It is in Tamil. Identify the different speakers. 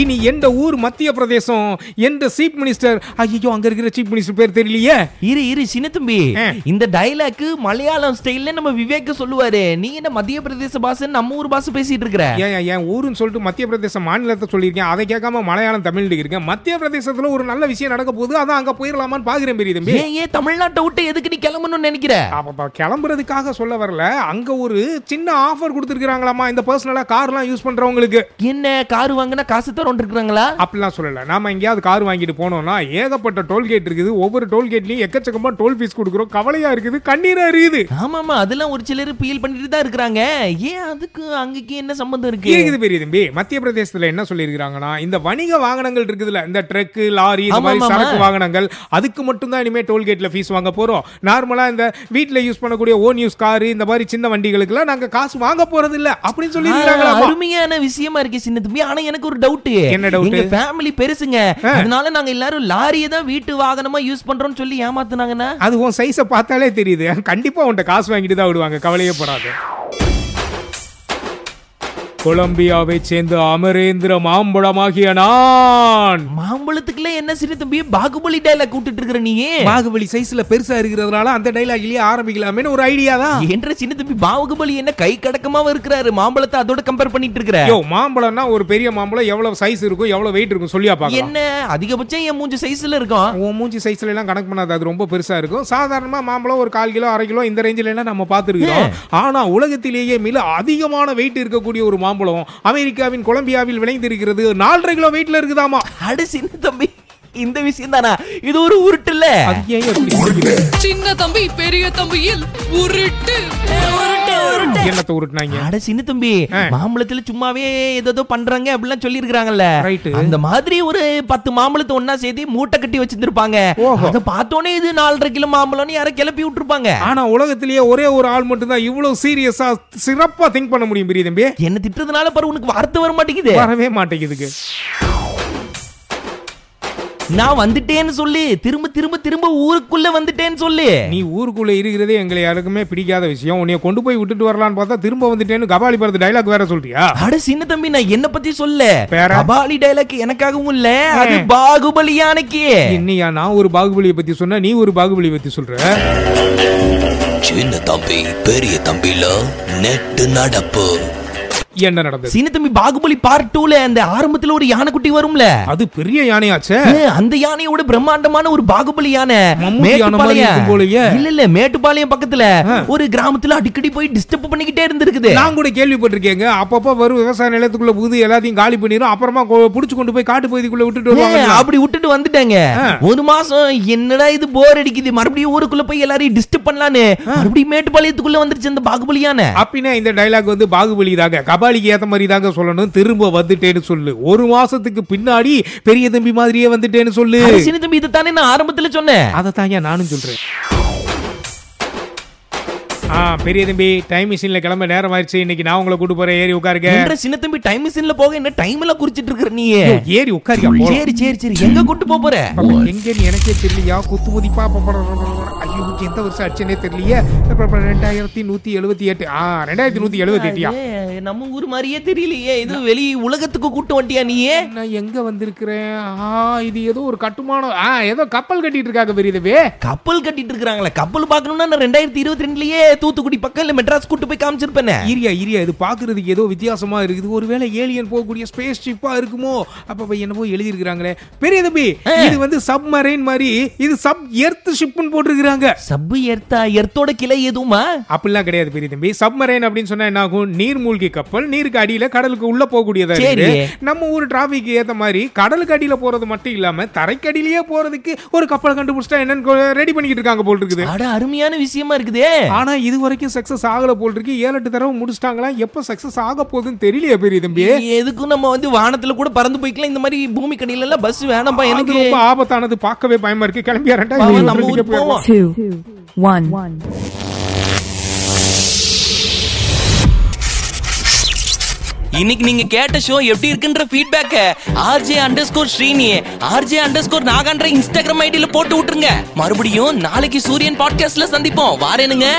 Speaker 1: இனி எந்த ஊர் மத்திய பிரதேசம் எந்த சீஃப் மினிஸ்டர் ஐயோ அங்க இருக்கிற சீஃப் மினிஸ்டர் பேர் தெரியலையே
Speaker 2: இரு இரு சின்ன தம்பி
Speaker 1: ஆ.
Speaker 2: இந்த டைலாக் மலையாளம் ஸ்டைல்ல நம்ம விவேக் சொல்லுவாரு நீ என்ன மத்திய பிரதேச பாஷை நம்ம ஊர் பாஷை பேசிட்டு இருக்கிற
Speaker 1: ஏன் ஏன், என் ஊருன்னு சொல்லிட்டு மத்திய பிரதேச மாநிலத்தை சொல்லியிருக்கேன் அதை கேட்காம மலையாளம் தமிழ் இருக்கேன் மத்திய பிரதேசத்துல ஒரு நல்ல விஷயம் நடக்க போகுது அதான் அங்க போயிடலாமான்னு பாக்குறேன் பெரிய தம்பி
Speaker 2: ஏன் ஏன் தமிழ்நாட்டை விட்டு எதுக்கு நீ கிளம்பணும்னு நினைக்கிற
Speaker 1: அப்பப்பா கிளம்புறதுக்காக சொல்ல வரல அங்க ஒரு சின்ன ஆஃபர் கொடுத்துருக்காங்களாமா இந்த பர்சனலா கார்லாம் யூஸ் பண்றவங்களுக்கு
Speaker 2: என்ன கார் வாங்கினா காசு தரோன்னு இருக்கிறாங்களா
Speaker 1: அப்படிலாம் சொல்லல நாம எங்கேயாவது கார் வாங்கிட்டு போனோம்னா ஏகப்பட்ட டோல்கேட் இருக்குது ஒவ்வொரு டோல்கேட்லயும் எக்கச்சக்கமா டோல் ஃபீஸ் கொடுக்குறோம் கவலையா இருக்குது கண்ணீரா இருக்குது
Speaker 2: ஆமாமா அதெல்லாம் ஒரு சிலர் பீல் பண்ணிட்டு தான் இருக்கிறாங்க ஏன் அதுக்கு அங்கக்கு என்ன சம்பந்தம் இருக்கு
Speaker 1: கேக்குது பெரிய தம்பி மத்திய பிரதேசத்துல என்ன சொல்லியிருக்காங்கன்னா இந்த வணிக வாகனங்கள் இருக்குதுல இந்த ட்ரக் லாரி இந்த மாதிரி
Speaker 2: ஆமாமாமா.
Speaker 1: சரக்கு வாகனங்கள் அதுக்கு மட்டும் தான் இனிமே டோல்கேட்ல ஃபீஸ் வாங்க போறோம் நார்மலா இந்த வீட்ல யூஸ் பண்ணக்கூடிய ஓன் யூஸ் கார் இந்த மாதிரி சின்ன வண்டிகளுக்குலாம் நாங்க காசு வாங்க போறது இல்ல அப்படின்னு
Speaker 2: ஆ,
Speaker 1: சொல்லியிருக்காங்களா
Speaker 2: அருமையான விஷயமா இருக்கு சின்ன தம்பி ஆனா எனக்கு ஒரு டவுட்
Speaker 1: என்ன doubt?
Speaker 2: எங்க ஃபேமிலி பெருசுங்க அதனால நாங்க எல்லாரும் லாரியை தான் வீட்டு வாகனமா யூஸ் பண்றோம்னு சொல்லி ஏமாத்துனாங்கன்னா
Speaker 1: அது உன் சைஸை பார்த்தாலே தெரியுது கண்டிப்பா உன்கிட்ட காசு வாங்கிட்டு தான் விடுவாங்க கவலையே படாது கொலம்பியாவை சேர்ந்த அமரேந்திர மாம்பழமாகிய நான்
Speaker 2: மாம்பழத்துக்குள்ள என்ன சின்ன தம்பி பாகுபலி டைலாக் கூட்டிட்டு இருக்கிற நீ
Speaker 1: பாகுபலி சைஸ்ல பெருசா இருக்கிறதுனால அந்த டைலாக்லயே ஆரம்பிக்கலாமேன்னு ஒரு ஐடியா தான்
Speaker 2: என்ற சின்ன தம்பி பாகுபலி என்ன கை கடக்கமாவும் இருக்கிறாரு மாம்பழத்தை அதோட கம்பேர் பண்ணிட்டு இருக்கிற
Speaker 1: யோ மாம்பழம்னா ஒரு பெரிய மாம்பழம் எவ்வளவு சைஸ் இருக்கும் எவ்வளவு வெயிட் இருக்கும் சொல்லியா பாக்கலாம்
Speaker 2: என்ன அதிகபட்சம் என் மூஞ்சி சைஸ்ல இருக்கும்
Speaker 1: உன் மூஞ்சி சைஸ்ல எல்லாம் கணக்கு பண்ணாது அது ரொம்ப பெருசா இருக்கும் சாதாரணமா மாம்பழம் ஒரு கால் கிலோ அரை கிலோ இந்த ரேஞ்சில எல்லாம் நம்ம பார்த்துருக்கோம் ஆனா உலகத்திலேயே மிக அதிகமான வெயிட் இருக்கக்கூடிய ஒரு மாம்பழம் அமெரிக்காவின் கொலம்பியாவில் விளைந்திருக்கிறது நாலரை கிலோ வெயிட்ல இருக்குதாமா
Speaker 2: அடு சின்ன தம்பி இந்த விஷயம் தானா இது ஒரு உருட்டு இல்ல
Speaker 1: அது ஏன் எப்படி இருக்கு?
Speaker 3: சின்ன தம்பி பெரிய தம்பியில் உருட்டு
Speaker 1: என்னத்தை உருட்டினாங்க
Speaker 2: அட சின்ன தம்பி மாம்பழத்துல சும்மாவே ஏதோ பண்றாங்க அப்படிலாம் சொல்லி
Speaker 1: Right.
Speaker 2: அந்த மாதிரி ஒரு பத்து மாம்பழத்தை ஒண்ணா சேர்த்து மூட்டை கட்டி வச்சிருந்திருப்பாங்க
Speaker 1: ஓஹோ.
Speaker 2: அத பார்த்தோன்னே இது நாலரை கிலோ மாம்பழம்னு யாரை கிளப்பி விட்டுருப்பாங்க
Speaker 1: ஆனா உலகத்திலேயே ஒரே ஒரு ஆள் மட்டும் தான் இவ்வளவு சீரியஸா சிறப்பா திங்க் பண்ண முடியும் பெரிய தம்பி
Speaker 2: என்ன திட்டுறதுனால பாரு உனக்கு வார்த்தை வர மாட்டேங்குது
Speaker 1: வரவே மாட்டேங்குதுக்கு
Speaker 2: நான் வந்துட்டேன்னு சொல்லு திரும்ப திரும்ப திரும்ப ஊருக்குள்ள வந்துட்டேன்னு சொல்லு
Speaker 1: நீ ஊருக்குள்ள இருக்கிறதே எங்களை யாருக்குமே பிடிக்காத விஷயம் உன்னைய கொண்டு போய் விட்டுட்டு வரலான்னு பார்த்தா திரும்ப வந்துட்டேன்னு கபாலி படத்து டைலாக் வேற சொல்றியா
Speaker 2: அட சின்ன தம்பி நான் என்ன பத்தி சொல்ல
Speaker 1: வேற?
Speaker 2: கபாலி டைலாக் எனக்காகவும் இல்ல அது பாகுபலி யானைக்கு
Speaker 1: என்னையா நான் ஒரு பாகுபலியை பத்தி சொன்னா நீ ஒரு பாகுபலியை பத்தி சொல்ற
Speaker 4: சின்ன தம்பி பெரிய தம்பில நெட்டு நடப்பு
Speaker 1: என்ன நடந்தது
Speaker 2: சின்ன தம்பி பாகுபலி பார்ட் டூல அந்த ஆரம்பத்துல ஒரு யானைக்குட்டி வரும்ல
Speaker 1: அது பெரிய யானையாச்சே
Speaker 2: ஏ, அந்த யானையோட பிரம்மாண்டமான ஒரு பாகுபலி யானை
Speaker 1: மம்முட்டி யானை மாதிரி
Speaker 2: மேட்டுப்பாளையம்.
Speaker 1: இருக்கும் போலயே.
Speaker 2: இல்ல இல்ல மேட்டுப்பாளையம் பக்கத்துல ஒரு கிராமத்துல அடிக்கடி போய் டிஸ்டர்ப் பண்ணிக்கிட்டே இருந்திருக்குது
Speaker 1: நான் கூட கேள்விப்பட்டிருக்கேங்க அப்பப்ப வரும் விவசாய நிலத்துக்குள்ள புகுது எல்லாத்தையும் காலி பண்ணிரும் அப்புறமா புடிச்சு கொண்டு போய் காட்டு பகுதிக்குள்ள விட்டுட்டு
Speaker 2: ஏ,
Speaker 1: வருவாங்க
Speaker 2: அப்படி விட்டுட்டு வந்துட்டாங்க ஒரு மாசம் என்னடா இது போர் அடிக்குது மறுபடியும் ஊருக்குள்ள போய் எல்லாரையும் டிஸ்டர்ப் பண்ணலான்னு மறுபடியும் மேட்டுப்பாளையத்துக்குள்ள வந்துருச்சு அந்த பாகுபலி யானை
Speaker 1: அப்படின்னா இந்த டைலாக் வந்து பாகுபலி தாங்க கபாலிக்கு ஏத்த மாதிரி தாங்க சொல்லணும் திரும்ப வந்துட்டேன்னு சொல்லு ஒரு மாசத்துக்கு பின்னாடி பெரிய தம்பி மாதிரியே வந்துட்டேன்னு சொல்லு
Speaker 2: அட, சின்ன தம்பி இதை தானே நான் ஆரம்பத்துல சொன்னேன்
Speaker 1: அதை தாங்க நானும் சொல்றேன் ஆ பெரிய தம்பி டைம் மிஷின்ல கிளம்ப நேரம் ஆயிடுச்சு இன்னைக்கு நான் உங்களை கூட்டு போறேன் ஏறி உட்காருங்க
Speaker 2: என்ற சின்ன தம்பி டைம் மிஷின்ல போக என்ன டைம் எல்லாம் குறிச்சிட்டு இருக்கிற நீ
Speaker 1: ஏறி உட்காருங்க போலாம்.
Speaker 2: சரி சரி சரி எங்க கூட்டு போப் போற
Speaker 1: பாப்பா, எங்கன்னு எனக்கே தெரியலையா குத்து மதிப்பா ஐயோ எந்த வருஷம் அடிச்சனே தெரியலையே பாப்பா, ரெண்டாயிரத்தி நூத்தி எழுபத்தி எட்டு ஆ ரெண்டாயிரத்தி நூத்தி எழுபத்தி எட்டுயா
Speaker 2: ஏய், நம்ம ஊர் மாதிரியே தெரியலையே இது வெளி உலகத்துக்கு கூட்டு வண்டியா நீயே
Speaker 1: நான் எங்க வந்திருக்கிறேன் ஆ இது ஏதோ ஒரு கட்டுமானம் ஆ ஏதோ கப்பல் கட்டிட்டு இருக்காங்க பெரிய தம்பி
Speaker 2: கப்பல் கட்டிட்டு இருக்காங்களே கப்பல் பார்க்கணும்னா நான் ரெண்டாயிரத்தி இருபத்தி ரெண்டுலயே தூத்துக்குடி பக்கம் இல்ல மெட்ராஸ் கூட்டு போய் காமிச்சிருப்பேனே
Speaker 1: ஈரியா ஈரியா இது பார்க்கறதுக்கு ஏதோ வித்தியாசமா இருக்குது ஒருவேளை ஏலியன் போகக்கூடிய ஸ்பேஸ் ஷிப்பா இருக்குமோ அப்ப என்னவோ எழுதி இருக்காங்களே பெரிய தம்பி இது வந்து சப்மரைன் மாதிரி இது சப் எர்த் ஷிப்னு போட்டிருக்காங்க
Speaker 2: சப்பு எர்த்தா எர்த்தோட கிளை எதுவுமா
Speaker 1: அப்படிலாம் கிடையாது பெரிய தம்பி சப்மரைன் அப்படின்னு சொன்னா என்ன ஆகும் நீர்மூழ்கி கப்பல் நீருக்கு அடியில கடலுக்கு உள்ள போகக்கூடியதா
Speaker 2: சரி.
Speaker 1: இருக்கு நம்ம ஊர் டிராபிக் ஏத்த மாதிரி கடலுக்கு அடியில போறது மட்டும் இல்லாம தரைக்கடியிலேயே போறதுக்கு ஒரு கப்பல் கண்டுபிடிச்சிட்டா என்னன்னு ரெடி பண்ணிக்கிட்டு இருக்காங்க போல் இருக்குது
Speaker 2: அட அருமையான விஷயமா இருக்குதே
Speaker 1: ஆனா இது வரைக்கும் சக்சஸ் ஆகல போல் இருக்கு ஏழு எட்டு தடவை முடிச்சிட்டாங்களா எப்ப சக்சஸ் ஆக போகுதுன்னு தெரியலையே பெரிய தம்பி
Speaker 2: எதுக்கும் நம்ம வந்து வானத்துல கூட பறந்து போய்க்கலாம் இந்த மாதிரி பூமி கடையில எல்லாம் பஸ் வேணாம்பா
Speaker 1: எனக்கு
Speaker 2: எனக்கு
Speaker 1: ரொம்ப ஆபத்தானது பார்க்கவே பயமா இருக்கு கிளம்பியாரண்டா
Speaker 2: வா, வா, நம்ம ஊர் போவோம்
Speaker 5: two, one.
Speaker 2: இன்னைக்கு நீங்க கேட்ட ஷோ எப்படி இருக்குன்ற ஃபீட்பேக்க RJ underscore Sreeni RJ underscore நாகான்ற இன்ஸ்டாகிராம் ஐடியில போட்டு விட்டுருங்க மறுபடியும் நாளைக்கு சூரியன் பாட்காஸ்ட்ல சந்திப்போம் வாரேனுங்க